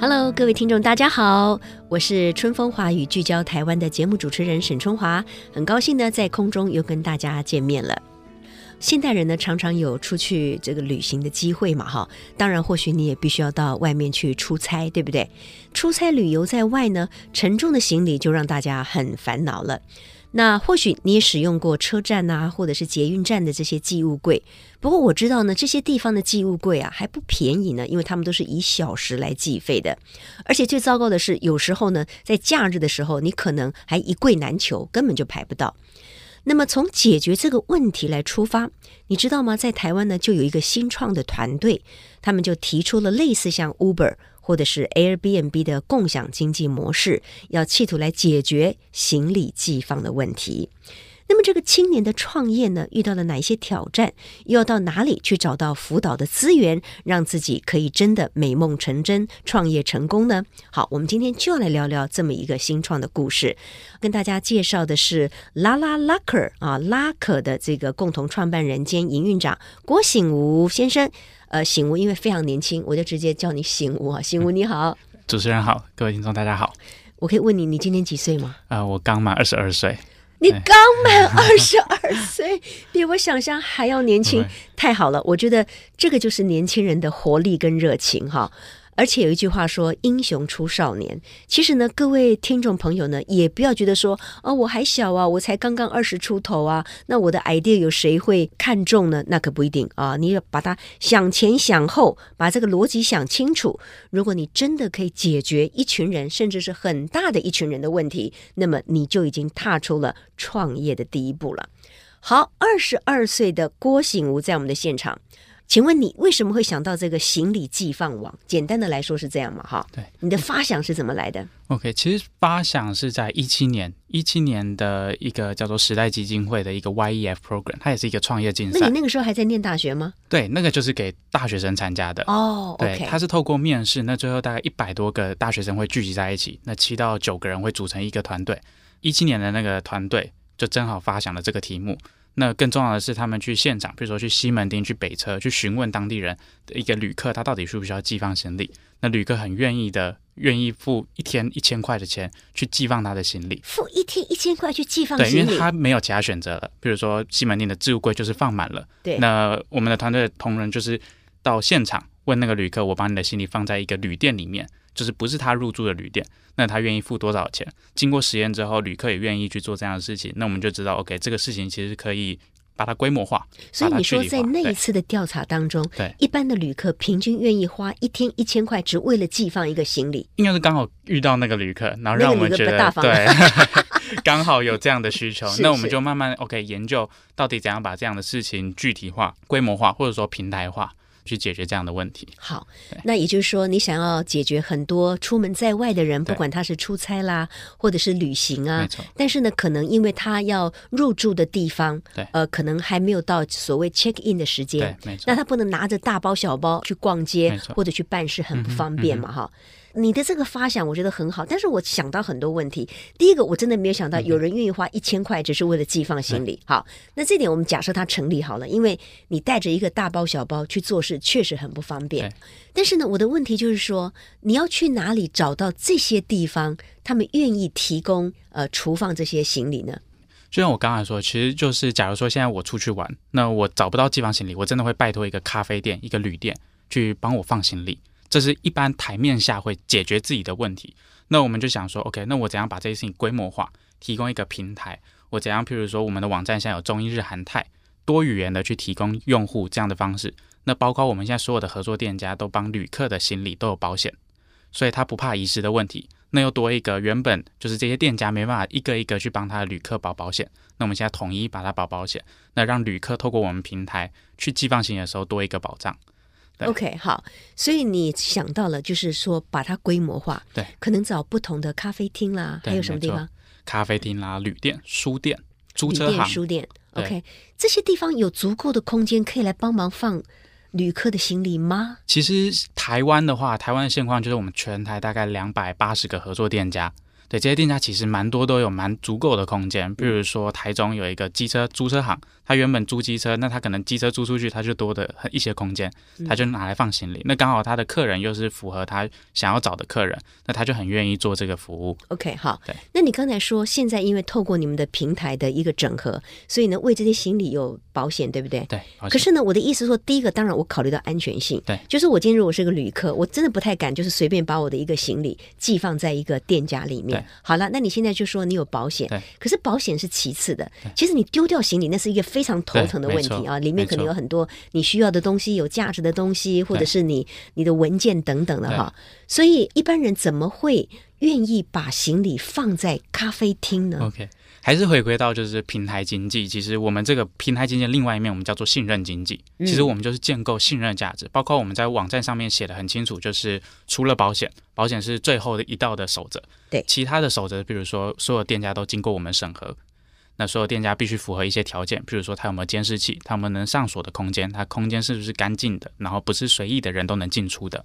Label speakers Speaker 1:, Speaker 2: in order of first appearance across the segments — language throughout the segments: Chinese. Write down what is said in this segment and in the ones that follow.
Speaker 1: Hello，各位听众，大家好，我是春风华语聚焦台湾的节目主持人沈春华，很高兴呢在空中又跟大家见面了。现代人呢，常常有出去这个旅行的机会嘛，哈。当然，或许你也必须要到外面去出差，对不对？出差旅游在外呢，沉重的行李就让大家很烦恼了。那或许你也使用过车站啊，或者是捷运站的这些寄物柜。不过我知道呢，这些地方的寄物柜啊还不便宜呢，因为他们都是以小时来计费的。而且最糟糕的是，有时候呢，在假日的时候，你可能还一柜难求，根本就排不到。那么从解决这个问题来出发，你知道吗？在台湾呢，就有一个新创的团队，他们就提出了类似像 Uber 或者是 Airbnb 的共享经济模式，要企图来解决行李寄放的问题。那么这个青年的创业呢，遇到了哪一些挑战？又要到哪里去找到辅导的资源，让自己可以真的美梦成真，创业成功呢？好，我们今天就要来聊聊这么一个新创的故事。跟大家介绍的是拉拉拉克啊，拉可的这个共同创办人兼营运长郭醒吾先生。呃，醒吾因为非常年轻，我就直接叫你醒吾啊，醒吾你好。
Speaker 2: 主持人好，各位听众大家好，
Speaker 1: 我可以问你，你今年几岁吗？
Speaker 2: 呃，我刚满二十二岁，
Speaker 1: 你刚满二十二岁， 比我想象还要年轻
Speaker 2: 对，
Speaker 1: 太好了！我觉得这个就是年轻人的活力跟热情哈。而且有一句话说“英雄出少年”，其实呢，各位听众朋友呢，也不要觉得说哦，我还小啊，我才刚刚二十出头啊，那我的 idea 有谁会看中呢？那可不一定啊，你要把它想前想后，把这个逻辑想清楚。如果你真的可以解决一群人，甚至是很大的一群人的问题，那么你就已经踏出了创业的第一步了。好，二十二岁的郭醒吾在我们的现场，请问你为什么会想到这个行李寄放网？简单的来说是这样嘛，哈，
Speaker 2: 对，
Speaker 1: 你的发想是怎么来 的？
Speaker 2: OK，其实发想是在一七年，一七年的一个叫做时代基金会的一个 YEF program，它也是一个创业竞
Speaker 1: 那
Speaker 2: 赛
Speaker 1: 你，那个时候还在念大学吗？
Speaker 2: 对，那个就是给大学生参加的。
Speaker 1: 哦
Speaker 2: 对，
Speaker 1: ，OK，
Speaker 2: 它是透过面试，那最后大概一百多个大学生会聚集在一起，那七到九个人会组成一个团队。一七年的那个团队就正好发想了这个题目。那更重要的是，他们去现场，比如说去西门町、去北车，去询问当地人的一个旅客，他到底需不需要寄放行李。那旅客很愿意的，愿意付一天一千块的钱去寄放他的行李。
Speaker 1: 付一天一千块去寄放
Speaker 2: 对，因
Speaker 1: 行
Speaker 2: 为
Speaker 1: 李，
Speaker 2: 他没有其他选择了。比如说西门町的置物柜就是放满了，
Speaker 1: 对，
Speaker 2: 那我们的团队的同仁就是到现场问那个旅客，我把你的行李放在一个旅店里面，就是不是他入住的旅店，那他愿意付多少钱？经过实验之后，旅客也愿意去做这样的事情，那我们就知道，OK，这个事情其实可以把它规模化。
Speaker 1: 嗯所以
Speaker 2: 把它
Speaker 1: 你
Speaker 2: 距
Speaker 1: 说
Speaker 2: 离
Speaker 1: 在
Speaker 2: 化
Speaker 1: 那一
Speaker 2: 对
Speaker 1: 次的调查当中，
Speaker 2: 对
Speaker 1: 一般的旅客平均愿意花一天一千块，只为了寄放一个行李。
Speaker 2: 应该是刚好遇到那个旅客，然
Speaker 1: 那
Speaker 2: 后
Speaker 1: 个
Speaker 2: 让我们
Speaker 1: 旅客
Speaker 2: 觉
Speaker 1: 比较
Speaker 2: 得
Speaker 1: 大 方
Speaker 2: 对，刚好有这样的需求，
Speaker 1: 是
Speaker 2: 那我们
Speaker 1: 是
Speaker 2: 就慢慢 OK 研究到底怎样把这样的事情具体化、规模化，或者说平台化去解决这样的问题。
Speaker 1: 好，那也就是说，你想要解决很多出门在外的人，
Speaker 2: 对
Speaker 1: 不管他是出差啦，或者是旅行啊
Speaker 2: 没，错，
Speaker 1: 但是呢，可能因为他要入住的地方
Speaker 2: 对，
Speaker 1: 呃，可能还没有到所谓 check in 的时
Speaker 2: 对
Speaker 1: 间，，
Speaker 2: 没错
Speaker 1: 那。他不能拿着大包小包去逛街
Speaker 2: 没错嗯
Speaker 1: 或者去办事，很不方便嘛，哈。你的这个发想我觉得很好，但是我想到很多问题。第一个，我真的没有想到有人愿意花一千块只是为了寄放行
Speaker 2: 嗯
Speaker 1: 李。好，那这点我们假设它成立好了，因为你带着一个大包小包去做事确实很不方便
Speaker 2: 对。
Speaker 1: 但是呢，我的问题就是说，你要去哪里找到这些地方，他们愿意提供呃厨放这些行李呢？
Speaker 2: 就像我刚才说，其实就是假如说现在我出去玩，那我找不到寄放行李，我真的会拜托一个咖啡店、一个旅店去帮我放行李。这是一般台面下会解决自己的问题。那我们就想说，OK，那我怎样把这些事情规模化，提供一个平台？我怎样，譬如说我们的网站现在有中英日韩泰多语言的去提供用户这样的方式。那包括我们现在所有的合作店家都帮旅客的行李都有保险，所以他不怕遗失的问题。那又多一个原本就是这些店家没办法一个一个去帮他的旅客保保险，那我们现在统一把它保保险，那让旅客透过我们平台去寄放行李的时候多一个保障。对
Speaker 1: OK，好，所以你想到了，就是说把它规模化，
Speaker 2: 对，
Speaker 1: 可能找不同的咖啡厅啦，
Speaker 2: 对
Speaker 1: 还有什么地
Speaker 2: 没错
Speaker 1: 方？
Speaker 2: 咖啡厅啦、旅店、书店，租
Speaker 1: 旅
Speaker 2: 车
Speaker 1: 店、
Speaker 2: 行，
Speaker 1: 书店。
Speaker 2: 对
Speaker 1: OK，这些地方有足够的空间可以来帮忙放旅客的行李吗？
Speaker 2: 其实台湾的话，台湾的现况就是我们全台大概两百八十个合作店家，对这些店家其实蛮多都有蛮足够的空间。比如说台中有一个机车租车行，它原本租机车，那它可能机车租出去，它就多的很一些空间，它就拿来放行李。那刚好他的客人又是符合他想要找的客人，那他就很愿意做这个服务。
Speaker 1: OK，好
Speaker 2: 对。
Speaker 1: 那你刚才说，现在因为透过你们的平台的一个整合，所以呢，为这些行李有保险，对不对？
Speaker 2: 对，而且
Speaker 1: 可是呢，我的意思说，第一个当然我考虑到安全性，
Speaker 2: 对
Speaker 1: 就是我今天如果是个旅客，我真的不太敢就是随便把我的一个行李寄放在一个店家里面
Speaker 2: 对。
Speaker 1: 好了，那你现在就说你有保险
Speaker 2: 对，
Speaker 1: 可是保险是其次的，其实你丢掉行李那是一个非常头疼的问
Speaker 2: 对没
Speaker 1: 题
Speaker 2: 错
Speaker 1: 啊，里面
Speaker 2: 没
Speaker 1: 可能有
Speaker 2: 错
Speaker 1: 很多你需要的东西、有价值的东西，或者
Speaker 2: 对
Speaker 1: 是你你的文件等等的哈。所以一般人怎么会愿意把行李放在咖啡厅呢？
Speaker 2: OK，还是回归到就是平台经济。其实我们这个平台经济的另外一面，我们叫做信任经济。其实我们就是建构信任价值，包括我们在网站上面写的很清楚，就是除了保险，保险是最后的一道的守则。
Speaker 1: 对
Speaker 2: 其他的守则，比如说所有店家都经过我们审核。那所有店家必须符合一些条件，比如说它有没有监视器，他们能上锁的空间，它空间是不是干净的，然后不是随意的人都能进出的。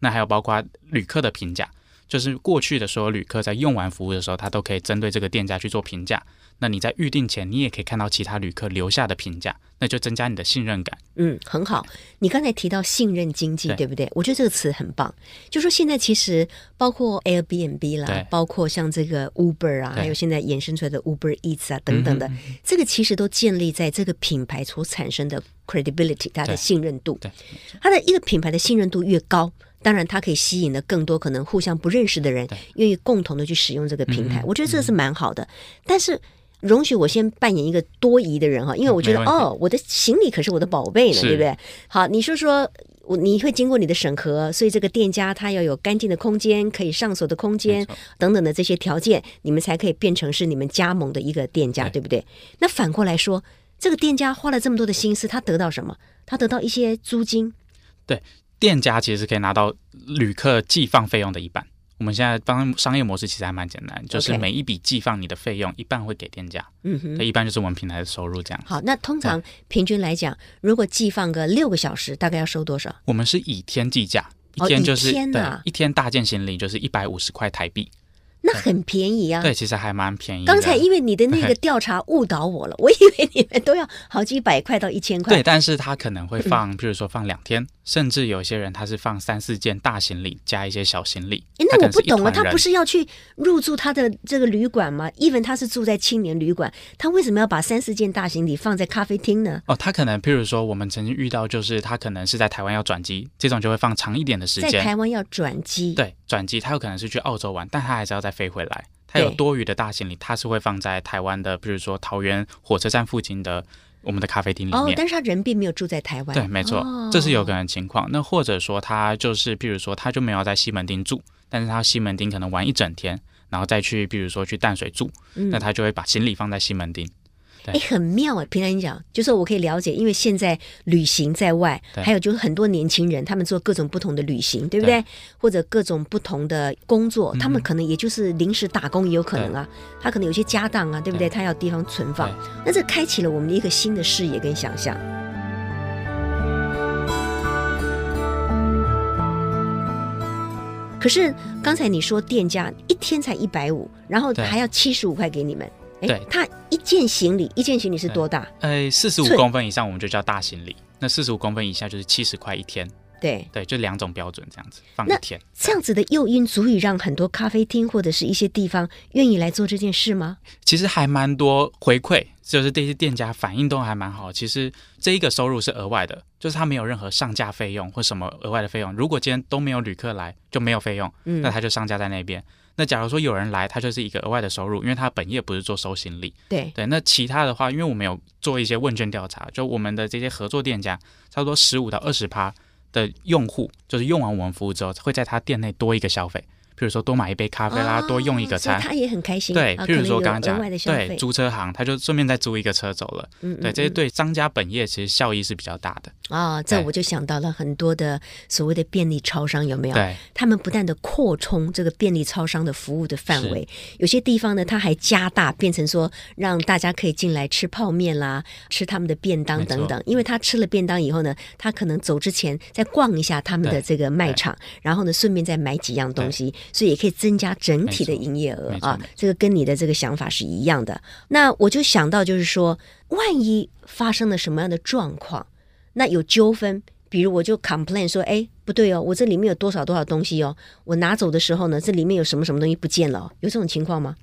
Speaker 2: 那还有包括旅客的评价，啊
Speaker 1: 嗯
Speaker 2: 就是过去的所有旅客在用完服务的时候，他都可以针对这个店家去做评价。那你在预定前，你也可以看到其他旅客留下的评价，那就增加你的信任感。
Speaker 1: 嗯，很好。你刚才提到信任经济，
Speaker 2: 对
Speaker 1: 对不对？我觉得这个词很棒。就说现在其实包括 Airbnb 啦
Speaker 2: 对，
Speaker 1: 包括像这个 Uber 啊，
Speaker 2: 对嗯
Speaker 1: 还有现在衍生出来的 Uber Eats 啊等等的，这个其实都建立在这个品牌所产生的 credibility，它的
Speaker 2: 对
Speaker 1: 信任度
Speaker 2: 对。
Speaker 1: 它的一个品牌的信任度越高。当然，它可以吸引了更多可能互相不认识的人，愿意共同的去使用这个平
Speaker 2: 嗯
Speaker 1: 台。我觉得这是蛮好的。但是，容许我先扮演一个多疑的人哈，因为我觉得
Speaker 2: 没问题
Speaker 1: 哦，我的行李可是我的宝贝呢，
Speaker 2: 是
Speaker 1: 对不对？好，你说说，我你会经过你的审核，所以这个店家他要有干净的空间，可以上锁的空间
Speaker 2: 没错
Speaker 1: 等等的这些条件，你们才可以变成是你们加盟的一个店家，对
Speaker 2: 对
Speaker 1: 不对？那反过来说，这个店家花了这么多的心思，他得到什么？他得到一些租金，
Speaker 2: 店家其实可以拿到旅客寄放费用的一半。我们现在帮商业模式其实还蛮简单，就是
Speaker 1: OK
Speaker 2: 每一笔寄放你的费用一半会给店家，
Speaker 1: 嗯哼。
Speaker 2: 那一半就是我们平台的收入这样。
Speaker 1: 好，那通常平均来讲，如果寄放个六个小时，大概要收多少？
Speaker 2: 我们是以天计价，一
Speaker 1: 哦
Speaker 2: 天
Speaker 1: 以
Speaker 2: 就是、
Speaker 1: 天
Speaker 2: 对
Speaker 1: 啊
Speaker 2: 一天大件行李就是一百五十块台
Speaker 1: 哦
Speaker 2: 币，
Speaker 1: 那很便宜啊。
Speaker 2: 对，其实还蛮便宜的。
Speaker 1: 刚才因为你的那个调查误导我了，我以为你们都要好几百块到一千块
Speaker 2: 对，。但是他可能会
Speaker 1: 嗯
Speaker 2: 放，譬如说放两天，甚至有些人他是放三四件大行李加一些小行李。
Speaker 1: 诶
Speaker 2: 他
Speaker 1: 那我
Speaker 2: 可能是
Speaker 1: 不
Speaker 2: 一
Speaker 1: 懂啊，
Speaker 2: 团
Speaker 1: 他
Speaker 2: 人
Speaker 1: 不是要去入住他的这个旅馆吗？even 他是住在青年旅馆，他为什么要把三四件大行李放在咖啡厅呢？
Speaker 2: 哦，他可能譬如说我们曾经遇到，就是他可能是在台湾要转机，这种就会放长一点的时
Speaker 1: 在
Speaker 2: 间。
Speaker 1: 台湾要转机，
Speaker 2: 对，转机他有可能是去澳洲玩，但他还是要再飞回来。他有
Speaker 1: 对
Speaker 2: 多余的大行李，他是会放在台湾的，比如说桃园火车站附近的我们的咖啡厅里
Speaker 1: 哦
Speaker 2: 面，。
Speaker 1: 但是他人并没有住在台湾，哦
Speaker 2: 对，没错，这是有可能的情况。那或者说他就是，譬如说他就没有在西门町住，但是他西门町可能玩一整天，然后再去，比如说去淡水住，那他就会把行李放在西门町。
Speaker 1: 哎，很妙哎！平常你讲，就是我可以了解，因为现在旅行在外，
Speaker 2: 对
Speaker 1: 还有就是很多年轻人，他们做各种不同的旅行，对不对？或者各种不同的工
Speaker 2: 嗯
Speaker 1: 作，他们可能也就是临时打工也有可能啊，他可能有些家当啊，对不对？他要地方存放
Speaker 2: 对，
Speaker 1: 那这开启了我们的一个新的视野跟想象。可是刚才你说店家一天才一百五，然后
Speaker 2: 对
Speaker 1: 还要七十五块给你们。诶
Speaker 2: 对
Speaker 1: 哎它一件行李，一件行李是多大？
Speaker 2: 呃，四十五
Speaker 1: 寸
Speaker 2: 公分以上我们就叫大行李，那四十五公分以下就是七十块一天。
Speaker 1: 对，
Speaker 2: 对，就两种标准这样子放
Speaker 1: 那
Speaker 2: 一天。
Speaker 1: 这样子的诱因足以让很多咖啡厅或者是一些地方愿意来做这件事吗？
Speaker 2: 其实还蛮多回馈，就是这些店家反应都还蛮好。其实这一个收入是额外的，就是他没有任何上架费用或什么额外的费用。如果今天都没有旅客来，就没有费用，
Speaker 1: 嗯
Speaker 2: 那他就上架在那边。那假如说有人来，他就是一个额外的收入，因为他本业不是做收行李。
Speaker 1: 对，
Speaker 2: 对，那其他的话，因为我们有做一些问卷调查，就我们的这些合作店家，差不多十五到二十趴的用户，就是用完我们服务之后，会在他店内多一个消费。譬如说多买一杯咖啡啦，
Speaker 1: 哦
Speaker 2: 多用一个
Speaker 1: 所以
Speaker 2: 餐。
Speaker 1: 他也很开心。
Speaker 2: 对，
Speaker 1: 啊
Speaker 2: 譬如说我
Speaker 1: 可能有
Speaker 2: 刚刚讲
Speaker 1: 额外的，消
Speaker 2: 对
Speaker 1: 费，
Speaker 2: 租车行，他就顺便再租一个车走了。
Speaker 1: 嗯
Speaker 2: 对，
Speaker 1: 嗯
Speaker 2: 这些对商家本业其实效益是比较大的。
Speaker 1: 啊、这
Speaker 2: 对
Speaker 1: 我就想到了很多的所谓的便利超商有没有？
Speaker 2: 对，
Speaker 1: 他们不但的扩充这个便利超商的服务的范围，有些地方呢，它还加大，变成说让大家可以进来吃泡面啦，吃他们的便当
Speaker 2: 没错
Speaker 1: 等等。因为他吃了便当以后呢，他可能走之前再逛一下他们的
Speaker 2: 对
Speaker 1: 这个卖场，然后呢，顺便再买几样东西，所以也可以增加整体的
Speaker 2: 没错
Speaker 1: 营业额
Speaker 2: 没错
Speaker 1: 啊
Speaker 2: 没错。
Speaker 1: 这个跟你的这个想法是一样的。那我就想到就是说，万一发生了什么样的状况，那有纠纷，比如我就 complain 说，哎，不对哦，我这里面有多少多少东西哦，我拿走的时候呢，这里面有什么什么东西不见了哦、有这种情况吗？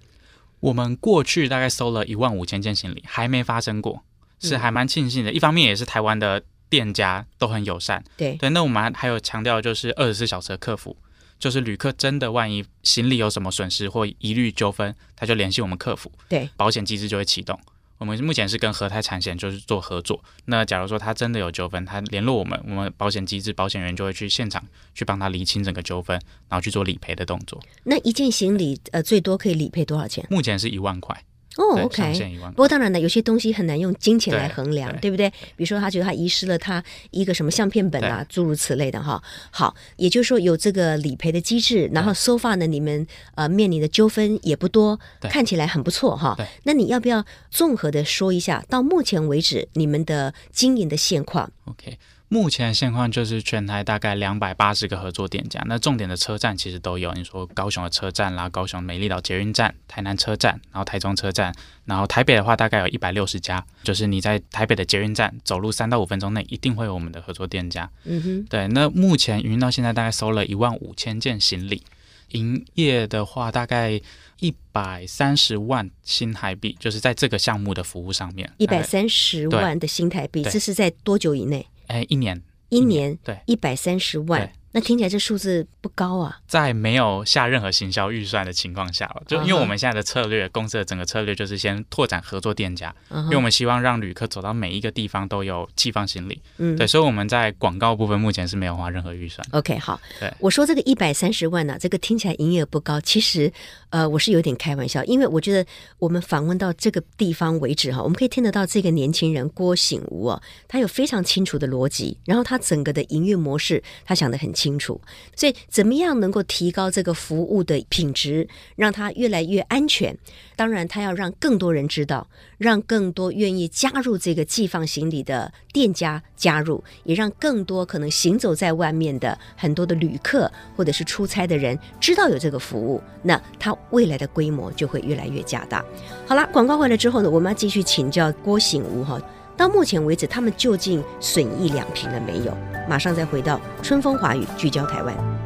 Speaker 2: 我们过去大概收了一万五千件行李，还没发生过，
Speaker 1: 嗯
Speaker 2: 是还蛮庆幸的。一方面也是台湾的店家都很友善，
Speaker 1: 对，
Speaker 2: 对。那我们还有强调的就是二十四小时的客服，就是旅客真的万一行李有什么损失或疑虑纠纷，他就联系我们客服，
Speaker 1: 对，
Speaker 2: 保险机制就会启动。我们目前是跟和泰产险就是做合作。那假如说他真的有纠纷，他联络我们，我们保险机制保险员就会去现场去帮他厘清整个纠纷，然后去做理赔的动作。
Speaker 1: 那一件行李呃，最多可以理赔多少钱？
Speaker 2: 目前是一万块，
Speaker 1: 哦
Speaker 2: 对，上
Speaker 1: ，OK。
Speaker 2: 限一万
Speaker 1: 不。过当然了，有些东西很难用金钱来
Speaker 2: 嗯对
Speaker 1: 衡量，对
Speaker 2: 对
Speaker 1: 不对？比如说，他觉得他遗失了他呃一个什么相片本啊，诸如此类的哈。好，也就是说有这个理赔的机制，然后 so far 呢，你们呃面临的纠纷也不多，
Speaker 2: 对
Speaker 1: 看起来很不错哈
Speaker 2: 对。
Speaker 1: 那你要不要综合的说一下，到目前为止你们的经营的现况？
Speaker 2: OK，目前的现况就是全台大概两百八十个合作店家，那重点的车站其实都有，你说高雄的车站啦，高雄美丽岛捷运站、台南车站，然后台中车站，然后台北的话大概有一百六十家，就是你在台北的捷运站走路三到五分钟内一定会有我们的合作店家。
Speaker 1: 嗯哼，
Speaker 2: 对，那目前云到现在大概收了一万五千件行李，营业的话大概一百三十万新台币，就是在这个项目的服务上面，
Speaker 1: 一
Speaker 2: 大
Speaker 1: 百
Speaker 2: 概
Speaker 1: 三十万的新台币，
Speaker 2: 对
Speaker 1: 这是在多久以内？
Speaker 2: 哎一年
Speaker 1: 一年
Speaker 2: 对。
Speaker 1: 一百三十万
Speaker 2: 对，
Speaker 1: 那听起来这数字不高啊。
Speaker 2: 在没有下任何行销预算的情况下了，就
Speaker 1: 嗯哼
Speaker 2: 因为我们现在的策略，公司的整个策略就是先拓展合作店家，
Speaker 1: 嗯
Speaker 2: 因为我们希望让旅客走到每一个地方都有寄放行李。
Speaker 1: 嗯
Speaker 2: 对，所以我们在广告部分目前是没有花任何预算。
Speaker 1: OK，好
Speaker 2: 对，
Speaker 1: 我说这个一百三十万呢、这个听起来营业额不高，其实呃，我是有点开玩笑，因为我觉得我们访问到这个地方为止哈，我们可以听得到这个年轻人郭醒吾哦，他有非常清楚的逻辑，然后他整个的营运模式他想得很清楚，所以怎么样能够提高这个服务的品质，让它越来越安全？当然，他要让更多人知道，让更多愿意加入这个寄放行李的店家加入，也让更多可能行走在外面的很多的旅客或者是出差的人知道有这个服务，那它未来的规模就会越来越加大。好了，广告回来之后呢，我们要继续请教郭醒吾哈。到目前为止，他们究竟损益两平了没有？马上再回到春风华语聚焦台湾。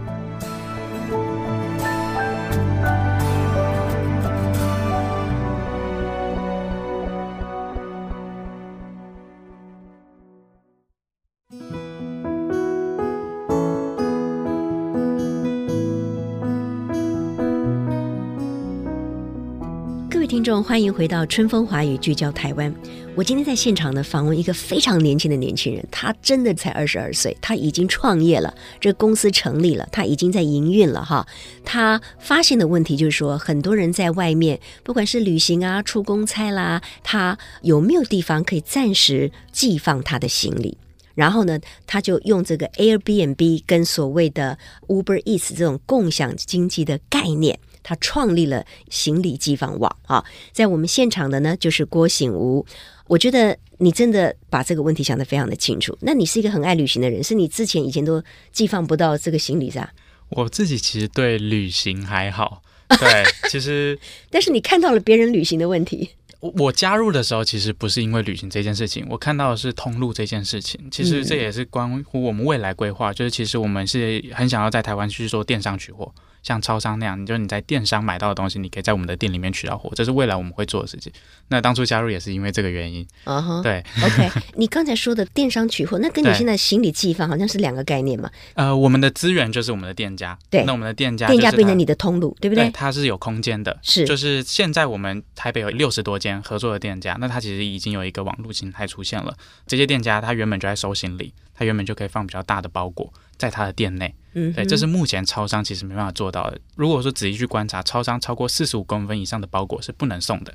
Speaker 1: 各位听众，欢迎回到春风华语聚焦台湾。我今天在现场呢访问一个非常年轻的年轻人，他真的才二十二岁，他已经创业了，这个公司成立了，他已经在营运了哈。他发现的问题就是说，很多人在外面，不管是旅行啊、出公差啦，他有没有地方可以暂时寄放他的行李？然后呢，他就用这个 Airbnb 跟所谓的 Uber Eats 这种共享经济的概念，他创立了行李寄放网啊。在我们现场的呢，就是郭醒吾。我觉得你真的把这个问题想得非常的清楚。那你是一个很爱旅行的人，是你之前以前都寄放不到这个行李是吧？
Speaker 2: 我自己其实对旅行还好， 对，其实
Speaker 1: 但是你看到了别人旅行的问题，
Speaker 2: 我我加入的时候，其实不是因为旅行这件事情，我看到的是通路这件事情。其实
Speaker 1: 嗯
Speaker 2: 这也是关乎我们未来规划，就是其实我们是很想要在台湾去做电商取货，像超商那样，你就你在电商买到的东西，你可以在我们的店里面取到货，这是未来我们会做的事情。那当初加入也是因为这个原因，
Speaker 1: 啊哈、
Speaker 2: 对，
Speaker 1: OK，你刚才说的电商取货，那跟你
Speaker 2: 对
Speaker 1: 现在行李寄放好像是两个概念嘛？
Speaker 2: 呃，我们的资源就是我们的店家，
Speaker 1: 对
Speaker 2: 那我们的店家
Speaker 1: 店家
Speaker 2: 啊就是
Speaker 1: 变
Speaker 2: 它
Speaker 1: 成你的通路，对不
Speaker 2: 对
Speaker 1: 对？
Speaker 2: 它是有空间的，
Speaker 1: 是
Speaker 2: 就是现在我们台北有六十多间合作的店家，那它其实已经有一个网络形态出现了。这些店家它原本就在收行李，它原本就可以放比较大的包裹，在它的店内。
Speaker 1: 嗯哼，
Speaker 2: 对，这是目前超商其实没办法做到的。如果说仔细去观察，超商超过四十五公分以上的包裹是不能送的，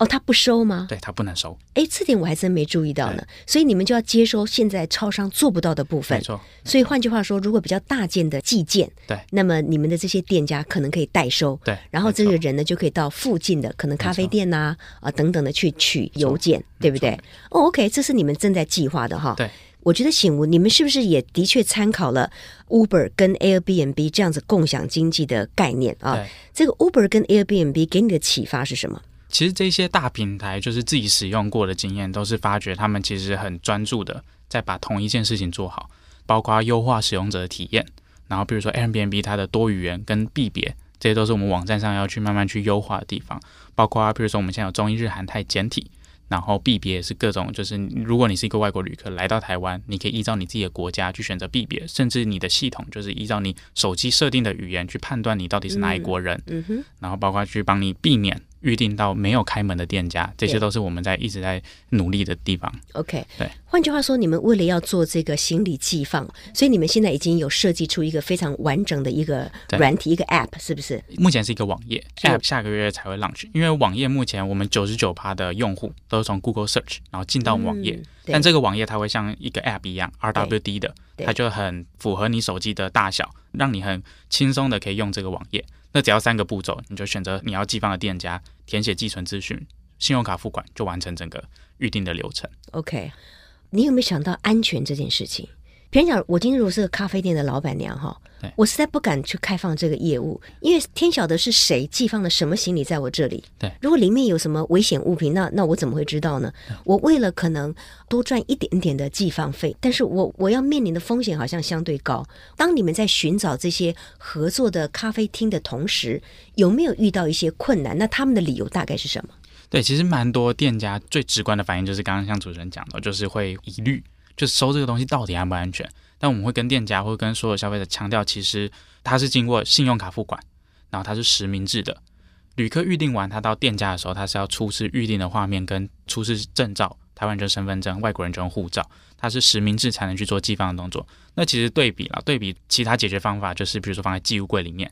Speaker 1: 哦，他不收吗？
Speaker 2: 对，它不能收。
Speaker 1: 哎，这点我还真没注意到呢。所以你们就要接收现在超商做不到的部
Speaker 2: 没
Speaker 1: 分。
Speaker 2: 错，
Speaker 1: 所以换句话说，如果比较大件的寄件，
Speaker 2: 对
Speaker 1: 那么你们的这些店家可能可以代收。
Speaker 2: 对。
Speaker 1: 然后
Speaker 2: 没
Speaker 1: 这
Speaker 2: 错
Speaker 1: 个人呢，就可以到附近的可能咖啡
Speaker 2: 没错
Speaker 1: 店呐啊、等等的去取邮件，对不对
Speaker 2: 没？
Speaker 1: 哦，OK，这是你们正在计划的哈。
Speaker 2: 对，
Speaker 1: 我觉得醒悟，你们是不是也的确参考了 Uber 跟 Airbnb 这样子共享经济的概念啊
Speaker 2: 对？
Speaker 1: 这个 Uber 跟 Airbnb 给你的启发是什么？
Speaker 2: 其实这些大平台就是自己使用过的经验，都是发觉他们其实很专注的在把同一件事情做好，包括优化使用者的体验，然后比如说 Airbnb 它的多语言跟币别，这些都是我们网站上要去慢慢去优化的地方。包括比如说我们现在有中英日韩泰简体，然后币别也是各种，就是如果你是一个外国旅客来到台湾，你可以依照你自己的国家去选择币别，甚至你的系统就是依照你手机设定的语言去判断你到底是哪一国人。
Speaker 1: 嗯哼。
Speaker 2: 然后包括去帮你避免预定到没有开门的店家，这些
Speaker 1: 对
Speaker 2: 都是我们在一直在努力的地方。
Speaker 1: OK，
Speaker 2: 对。
Speaker 1: 换句话说，你们为了要做这个行李寄放，所以你们现在已经有设计出一个非常完整的一个
Speaker 2: 对
Speaker 1: 软体，一个 App，是不是？
Speaker 2: 目前是一个网页
Speaker 1: 是
Speaker 2: app，下个月才会 launch。因为网页目前我们九十九趴的用户都是从 Google Search 然后进到网页，
Speaker 1: 嗯对
Speaker 2: 但这个网页它会像一个 app 一样 RWD 的，
Speaker 1: 对
Speaker 2: 它就很符合你手机的大小，让你很轻松的可以用这个网页。那只要三个步骤，你就选择你要寄放的店家，填写寄存资讯，信用卡付款，就完成整个预定的流程。
Speaker 1: OK，你有没有想到安全这件事情？别人讲，我今天如果是个咖啡店的老板娘哈
Speaker 2: 对，
Speaker 1: 我实在不敢去开放这个业务，因为天晓得是谁寄放了什么行李在我这里。
Speaker 2: 对
Speaker 1: 如果里面有什么危险物品，那那我怎么会知道呢？我为了可能多赚一点点的寄放费，但是我我要面临的风险好像相对高。当你们在寻找这些合作的咖啡厅的同时，有没有遇到一些困难？那他们的理由大概是什么？
Speaker 2: 对，其实蛮多店家最直观的反应就是刚刚像主持人讲的，就是会疑虑，就是收这个东西到底安不安全。但我们会跟店家或跟所有消费者强调，其实它是经过信用卡付款，然后它是实名制的。旅客预定完，他到店家的时候，他是要出示预定的画面跟出示证照，台湾人身份证，外国人就用护照，他是实名制才能去做寄放的动作。那其实对比啦，对比其他解决方法，就是比如说放在寄物柜里面，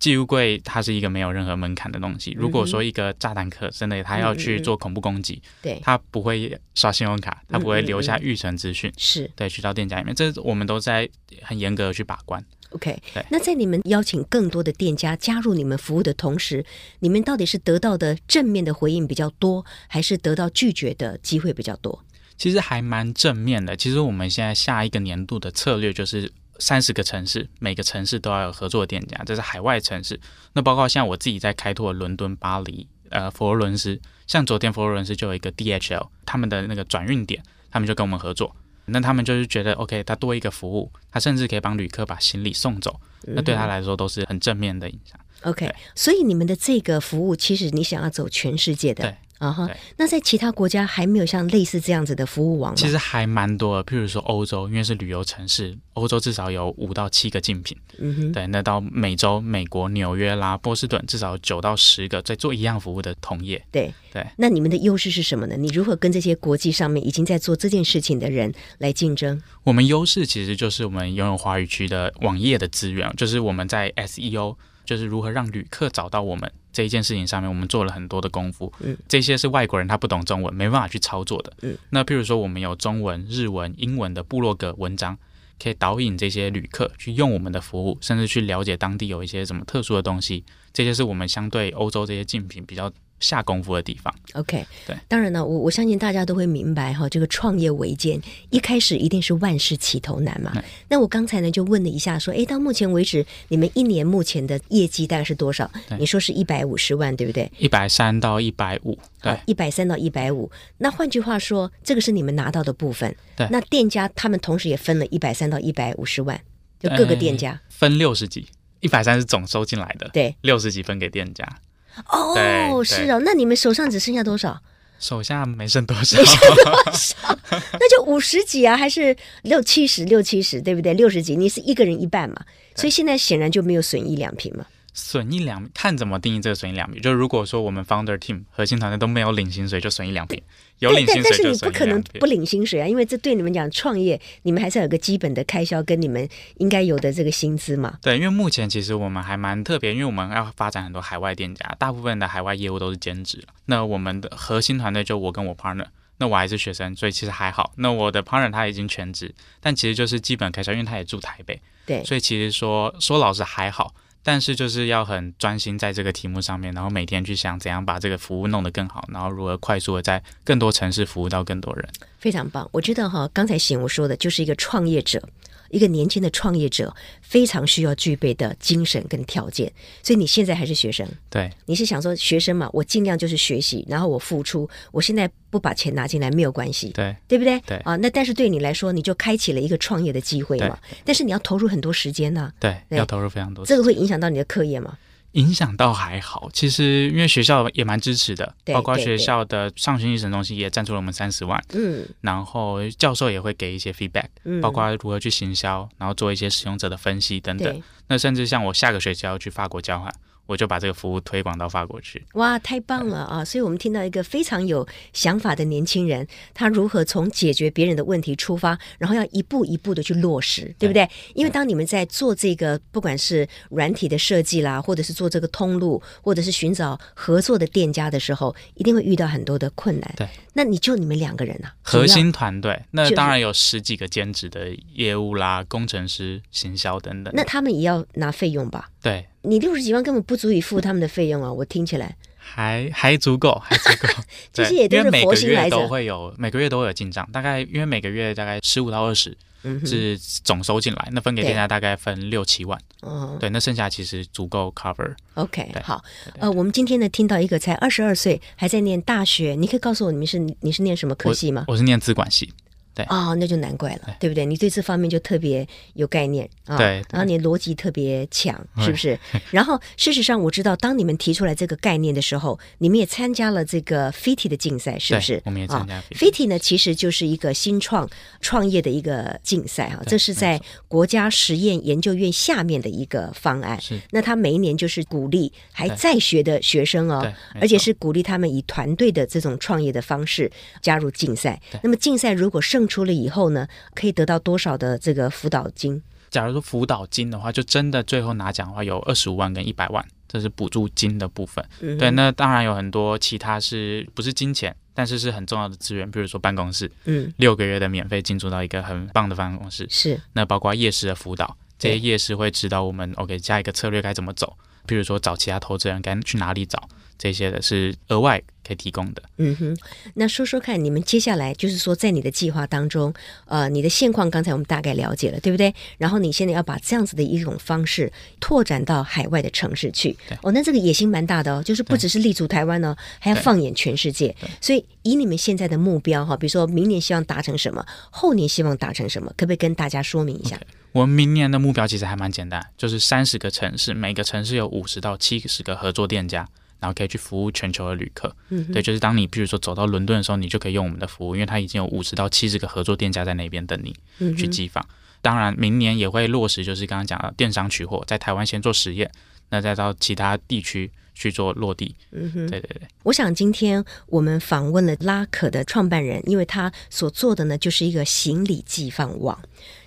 Speaker 2: 寄物柜它是一个没有任何门槛的东西。如果说一个炸弹客真的他要去做恐怖攻击，
Speaker 1: 对，
Speaker 2: 他不会刷信用卡，他不会留下预存资讯，
Speaker 1: 是
Speaker 2: 对，去到店家里面，这我们都在很严格的去把关。
Speaker 1: OK，
Speaker 2: 对
Speaker 1: 那在你们邀请更多的店家加入你们服务的同时，你们到底是得到的正面的回应比较多，还是得到拒绝的机会比较多？
Speaker 2: 其实还蛮正面的。其实我们现在下一个年度的策略就是三十个城市，每个城市都要有合作的店家，这是海外城市。那包括像我自己在开拓的伦敦、巴黎、呃佛罗伦斯，像昨天佛罗伦斯就有一个 DHL 他们的那个转运点，他们就跟我们合作。那他们就是觉得 OK，他多一个服务，他甚至可以帮旅客把行李送走，那对他来说都是很正面的影响。
Speaker 1: OK，
Speaker 2: 对
Speaker 1: 所以你们的这个服务，其实你想要走全世界的
Speaker 2: 对，
Speaker 1: 啊哈
Speaker 2: 对。
Speaker 1: 那在其他国家还没有像类似这样子的服务网吗？
Speaker 2: 其实还蛮多的，譬如说欧洲，因为是旅游城市，欧洲至少有五到七个竞品。
Speaker 1: 嗯哼，
Speaker 2: 对，那到美洲、美国纽约啦、波士顿，至少有九到十个在做一样服务的同业。
Speaker 1: 对。
Speaker 2: 对，
Speaker 1: 那你们的优势是什么呢？你如何跟这些国际上面已经在做这件事情的人来竞争？
Speaker 2: 我们优势其实就是我们拥有华语区的网页的资源，就是我们在 SEO，就是如何让旅客找到我们这一件事情上面，我们做了很多的功夫。
Speaker 1: 嗯，
Speaker 2: 这些是外国人他不懂中文，没办法去操作的。
Speaker 1: 嗯，
Speaker 2: 那譬如说我们有中文、日文、英文的部落格文章。可以导引这些旅客去用我们的服务，甚至去了解当地有一些什么特殊的东西，这些是我们相对欧洲这些竞品比较下功夫的地方。
Speaker 1: OK，
Speaker 2: 对，
Speaker 1: 当然了，我我相信大家都会明白哈，这个创业维艰，一开始一定是万事起头难嘛
Speaker 2: 对。
Speaker 1: 那我刚才呢就问了一下，说，诶，到目前为止，你们一年目前的业绩大概是多少？
Speaker 2: 对
Speaker 1: 你说是一百五十万，对不对？
Speaker 2: 一百三到一百五，对，
Speaker 1: 一百三到一百五。那换句话说，这个是你们拿到的部分。
Speaker 2: 对
Speaker 1: 那店家他们同时也分了一百三到一百五十万，就
Speaker 2: 哎
Speaker 1: 各个店家。
Speaker 2: 分六十几，一百三是总收进来的，
Speaker 1: 对，
Speaker 2: 六十几分给店家，对
Speaker 1: 哦，
Speaker 2: 对
Speaker 1: 是哦，那你们手上只剩下多少？
Speaker 2: 手下没剩多少
Speaker 1: 没，剩多少， 那就五十几啊，还是六七十、六七十，对不对？六十几，你是一个人一半嘛，所以现在显然就没有损益两平嘛。
Speaker 2: 损一两，看怎么定义这个损一两笔。就如果说我们 founder team 核心团队都没有领薪水，就损一两笔；有
Speaker 1: 对
Speaker 2: 领
Speaker 1: 但
Speaker 2: 薪
Speaker 1: 但
Speaker 2: 水
Speaker 1: 是
Speaker 2: 就
Speaker 1: 你不
Speaker 2: 损一
Speaker 1: 可能
Speaker 2: 两笔
Speaker 1: 不。领薪水啊，因为这对你们讲创业，你们还是要有个基本的开销跟你们应该有的这个薪资嘛。
Speaker 2: 对，因为目前其实我们还蛮特别，因为我们要发展很多海外店家，大部分的海外业务都是兼职。那我们的核心团队就我跟我 partner，那我还是学生，所以其实还好。那我的 partner 他已经全职，但其实就是基本开销，因为他也住台北，
Speaker 1: 对，
Speaker 2: 所以其实说说老实还好，但是就是要很专心在这个题目上面，然后每天去想怎样把这个服务弄得更好，然后如何快速的在更多城市服务到更多人。
Speaker 1: 非常棒。我觉得哈，刚才醒我说的就是一个创业者。一个年轻的创业者非常需要具备的精神跟条件，所以你现在还是学生，
Speaker 2: 对
Speaker 1: 你是想说学生嘛，我尽量就是学习，然后我付出，我现在不把钱拿进来没有关系，
Speaker 2: 对
Speaker 1: 对不对？
Speaker 2: 对
Speaker 1: 啊，那但是对你来说，你就开启了一个创业的机会嘛。但是你要投入很多时间呐、
Speaker 2: 对，
Speaker 1: 对
Speaker 2: 要投入非常多。
Speaker 1: 这个会影响到你的课业嘛？
Speaker 2: 影响倒还好，其实因为学校也蛮支持的，
Speaker 1: 对
Speaker 2: 包括
Speaker 1: 对
Speaker 2: 学
Speaker 1: 对
Speaker 2: 校的上行医生中心也赞助了我们三十万，
Speaker 1: 嗯
Speaker 2: 然后教授也会给一些 feedback，、
Speaker 1: 嗯，
Speaker 2: 包括如何去行销，然后做一些使用者的分析等等
Speaker 1: 对。，
Speaker 2: 那甚至像我下个学期要去法国交换，我就把这个服务推广到法国去。
Speaker 1: 哇，太棒了
Speaker 2: 哎
Speaker 1: 啊！所以我们听到一个非常有想法的年轻人，他如何从解决别人的问题出发，然后要一步一步的去落实，对不对？因为当你们在做这个，不管是软体的设计啦，或者是做这个通路，或者是寻找合作的店家的时候，一定会遇到很多的困难。
Speaker 2: 对，
Speaker 1: 那你就你们两个人啊，
Speaker 2: 核
Speaker 1: 主要
Speaker 2: 心团队，那
Speaker 1: 就是
Speaker 2: 当然有十几个兼职的业务啦、工程师、行销等等。
Speaker 1: 那他们也要拿费用吧？
Speaker 2: 对，
Speaker 1: 你六十几万根本不足以付他们的费用啊！我听起来，。
Speaker 2: 还还足够，还足够
Speaker 1: 其实
Speaker 2: 对
Speaker 1: 也都
Speaker 2: 因
Speaker 1: 是
Speaker 2: 为每
Speaker 1: 佛
Speaker 2: 个
Speaker 1: 心来
Speaker 2: 月
Speaker 1: 着
Speaker 2: 都会有，每个月都会有进账，大概因为每个月大概十五到二十
Speaker 1: 嗯哼，
Speaker 2: 是总收进来，那分给
Speaker 1: 对
Speaker 2: 店家大概分六七万，
Speaker 1: 哦
Speaker 2: 对，那剩下其实足够 cover。
Speaker 1: ，OK，
Speaker 2: 对
Speaker 1: 好，
Speaker 2: 对对
Speaker 1: 呃，我们今天呢听到一个才二十二岁还在念大学，你可以告诉我你们是你是念什么科系吗？
Speaker 2: 我是念资管系，
Speaker 1: 哦，那就难怪了，对不对？你对这方面就特别有概念啊，
Speaker 2: 对对
Speaker 1: 然后你逻辑特别强，
Speaker 2: 对
Speaker 1: 是不是？然后事实上，我知道当你们提出来这个概念的时候，你们也参加了这个 FITI 的竞赛，是不啊
Speaker 2: 对
Speaker 1: 是？
Speaker 2: 我们也参加 FITI
Speaker 1: FITI 呢，其实就是一个新创创业的一个竞赛哈，
Speaker 2: 对
Speaker 1: 这是在国家实验研究院下面的一个方案。
Speaker 2: 是
Speaker 1: 那他每一年就是鼓励还
Speaker 2: 对
Speaker 1: 在学的学生哦
Speaker 2: 对，没
Speaker 1: 而且
Speaker 2: 错
Speaker 1: 是鼓励他们以团队的这种创业的方式加入竞赛
Speaker 2: 对。
Speaker 1: 那么竞赛如果胜出了以后呢，可以得到多少的这个辅导金？
Speaker 2: 假如说辅导金的话，就真的最后拿奖的话有二十五万跟一百万，这是补助金的部分。
Speaker 1: 嗯
Speaker 2: 对，那当然有很多其他是不是金钱，但是是很重要的资源，比如说办公室，
Speaker 1: 嗯，
Speaker 2: 六个月的免费进驻到一个很棒的办公室，
Speaker 1: 是
Speaker 2: 那包括夜市的辅导，这
Speaker 1: 对
Speaker 2: 些夜市会指导我们 OK 下一个策略该怎么走，比如说找其他投资人该去哪里找，这些的是额外可以提供的。
Speaker 1: 嗯哼，那说说看，你们接下来就是说，在你的计划当中，呃，你的现况刚才我们大概了解了，对不对？然后你现在要把这样子的一种方式拓展到海外的城市去
Speaker 2: 对，
Speaker 1: 哦，那这个野心蛮大的哦，就是不只是立足台湾哦，还要
Speaker 2: 对
Speaker 1: 放眼全世界。所以以你们现在的目标哈，比如说明年希望达成什么，后年希望达成什么，可不可以跟大家说明一下？
Speaker 2: 我们明年的目标其实还蛮简单，就是三十个城市，每个城市有五十到七十个合作店家，然后可以去服务全球的旅客。
Speaker 1: 嗯哼
Speaker 2: 对，就是当你比如说走到伦敦的时候，你就可以用我们的服务，因为它已经有五十到七十个合作店家在那边等你
Speaker 1: 嗯
Speaker 2: 去
Speaker 1: 哼
Speaker 2: 寄放。当然，明年也会落实，就是刚刚讲的电商取货，在台湾先做实验，那再到其他地区去做落地。
Speaker 1: 嗯哼。
Speaker 2: 对对对。
Speaker 1: 我想今天我们访问了拉可的创办人，因为他所做的呢就是一个行李寄放网。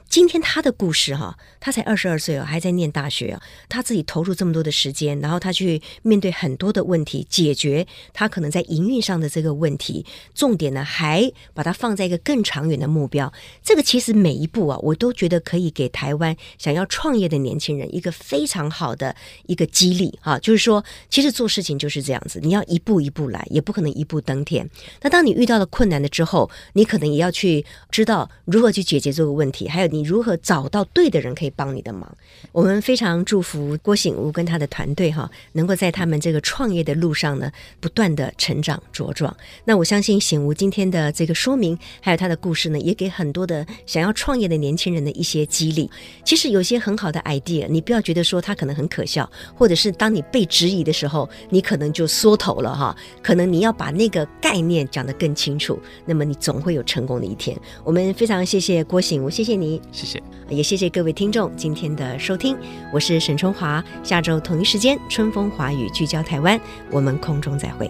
Speaker 1: 今天他的故事哈、他才二十二岁哦，还在念大学哦，他自己投入这么多的时间，然后他去面对很多的问题，解决他可能在营运上的这个问题，重点呢还把它放在一个更长远的目标。这个其实每一步啊，我都觉得可以给台湾想要创业的年轻人一个非常好的一个激励啊，就是说，其实做事情就是这样子，你要一步一步来，也不可能一步登天。那当你遇到了困难了之后，你可能也要去知道如何去解决这个问题，还有你如何找到对的人可以帮你的忙。我们非常祝福郭醒吾跟他的团队哈，能够在他们这个创业的路上呢，不断的成长茁壮。那我相信醒吾今天的这个说明，还有他的故事呢，也给很多的想要创业的年轻人的一些激励。其实有些很好的 idea，你不要觉得说它可能很可笑，或者是当你被质疑的时候，你可能就缩头了哈。可能你要把那个概念讲得更清楚，那么你总会有成功的一天。我们非常谢谢郭醒吾，谢谢你。
Speaker 2: 谢谢。
Speaker 1: 也谢谢各位听众今天的收听，我是沈春华，下周同一时间春风华语聚焦台湾，我们空中再会。